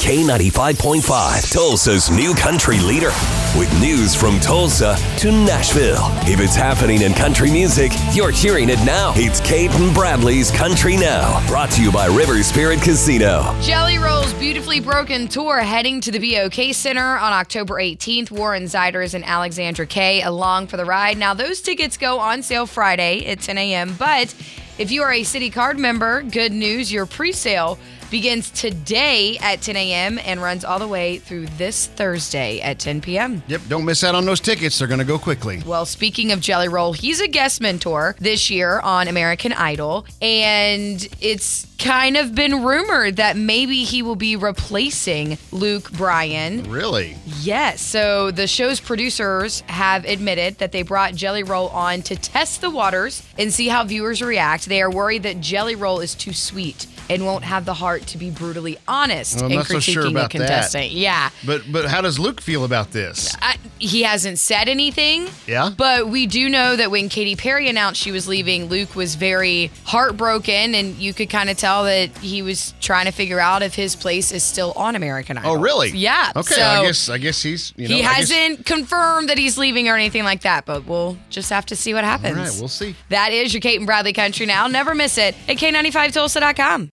K95.5, Tulsa's new country leader. With news from Tulsa to Nashville. If it's happening in country music, you're hearing it now. It's Kate and Bradley's Country Now, brought to you by River Spirit Casino. Jelly Roll's Beautifully Broken Tour heading to the BOK Center on October 18th. Warren Ziders and Alexandra Kay along for the ride. Now, those tickets go on sale Friday at 10 a.m., but if you are a City Card member, good news, your pre sale begins today at 10 a.m. and runs all the way through this Thursday at 10 p.m. Yep, don't miss out on those tickets. They're going to go quickly. Well, speaking of Jelly Roll, he's a guest mentor this year on American Idol, and it's kind of been rumored that maybe he will be replacing Luke Bryan. Really? Yes. So the show's producers have admitted that they brought Jelly Roll on to test the waters and see how viewers react. They are worried that Jelly Roll is too sweet and won't have the heart to be brutally honest Well, I'm in not so critiquing sure a about that. contestant. Yeah. But but how does Luke feel about this? I, he hasn't said anything. Yeah? But we do know that when Katy Perry announced she was leaving, Luke was very heartbroken, and you could kind of tell that he was trying to figure out if his place is still on American Idol. Oh, really? Yeah. Okay, so I guess I guess he's you know he I guess- hasn't confirmed that he's leaving or anything like that, but we'll just have to see what happens. All right, we'll see. That is your Kate and Bradley Country now. Never miss it at K95Tulsa.com.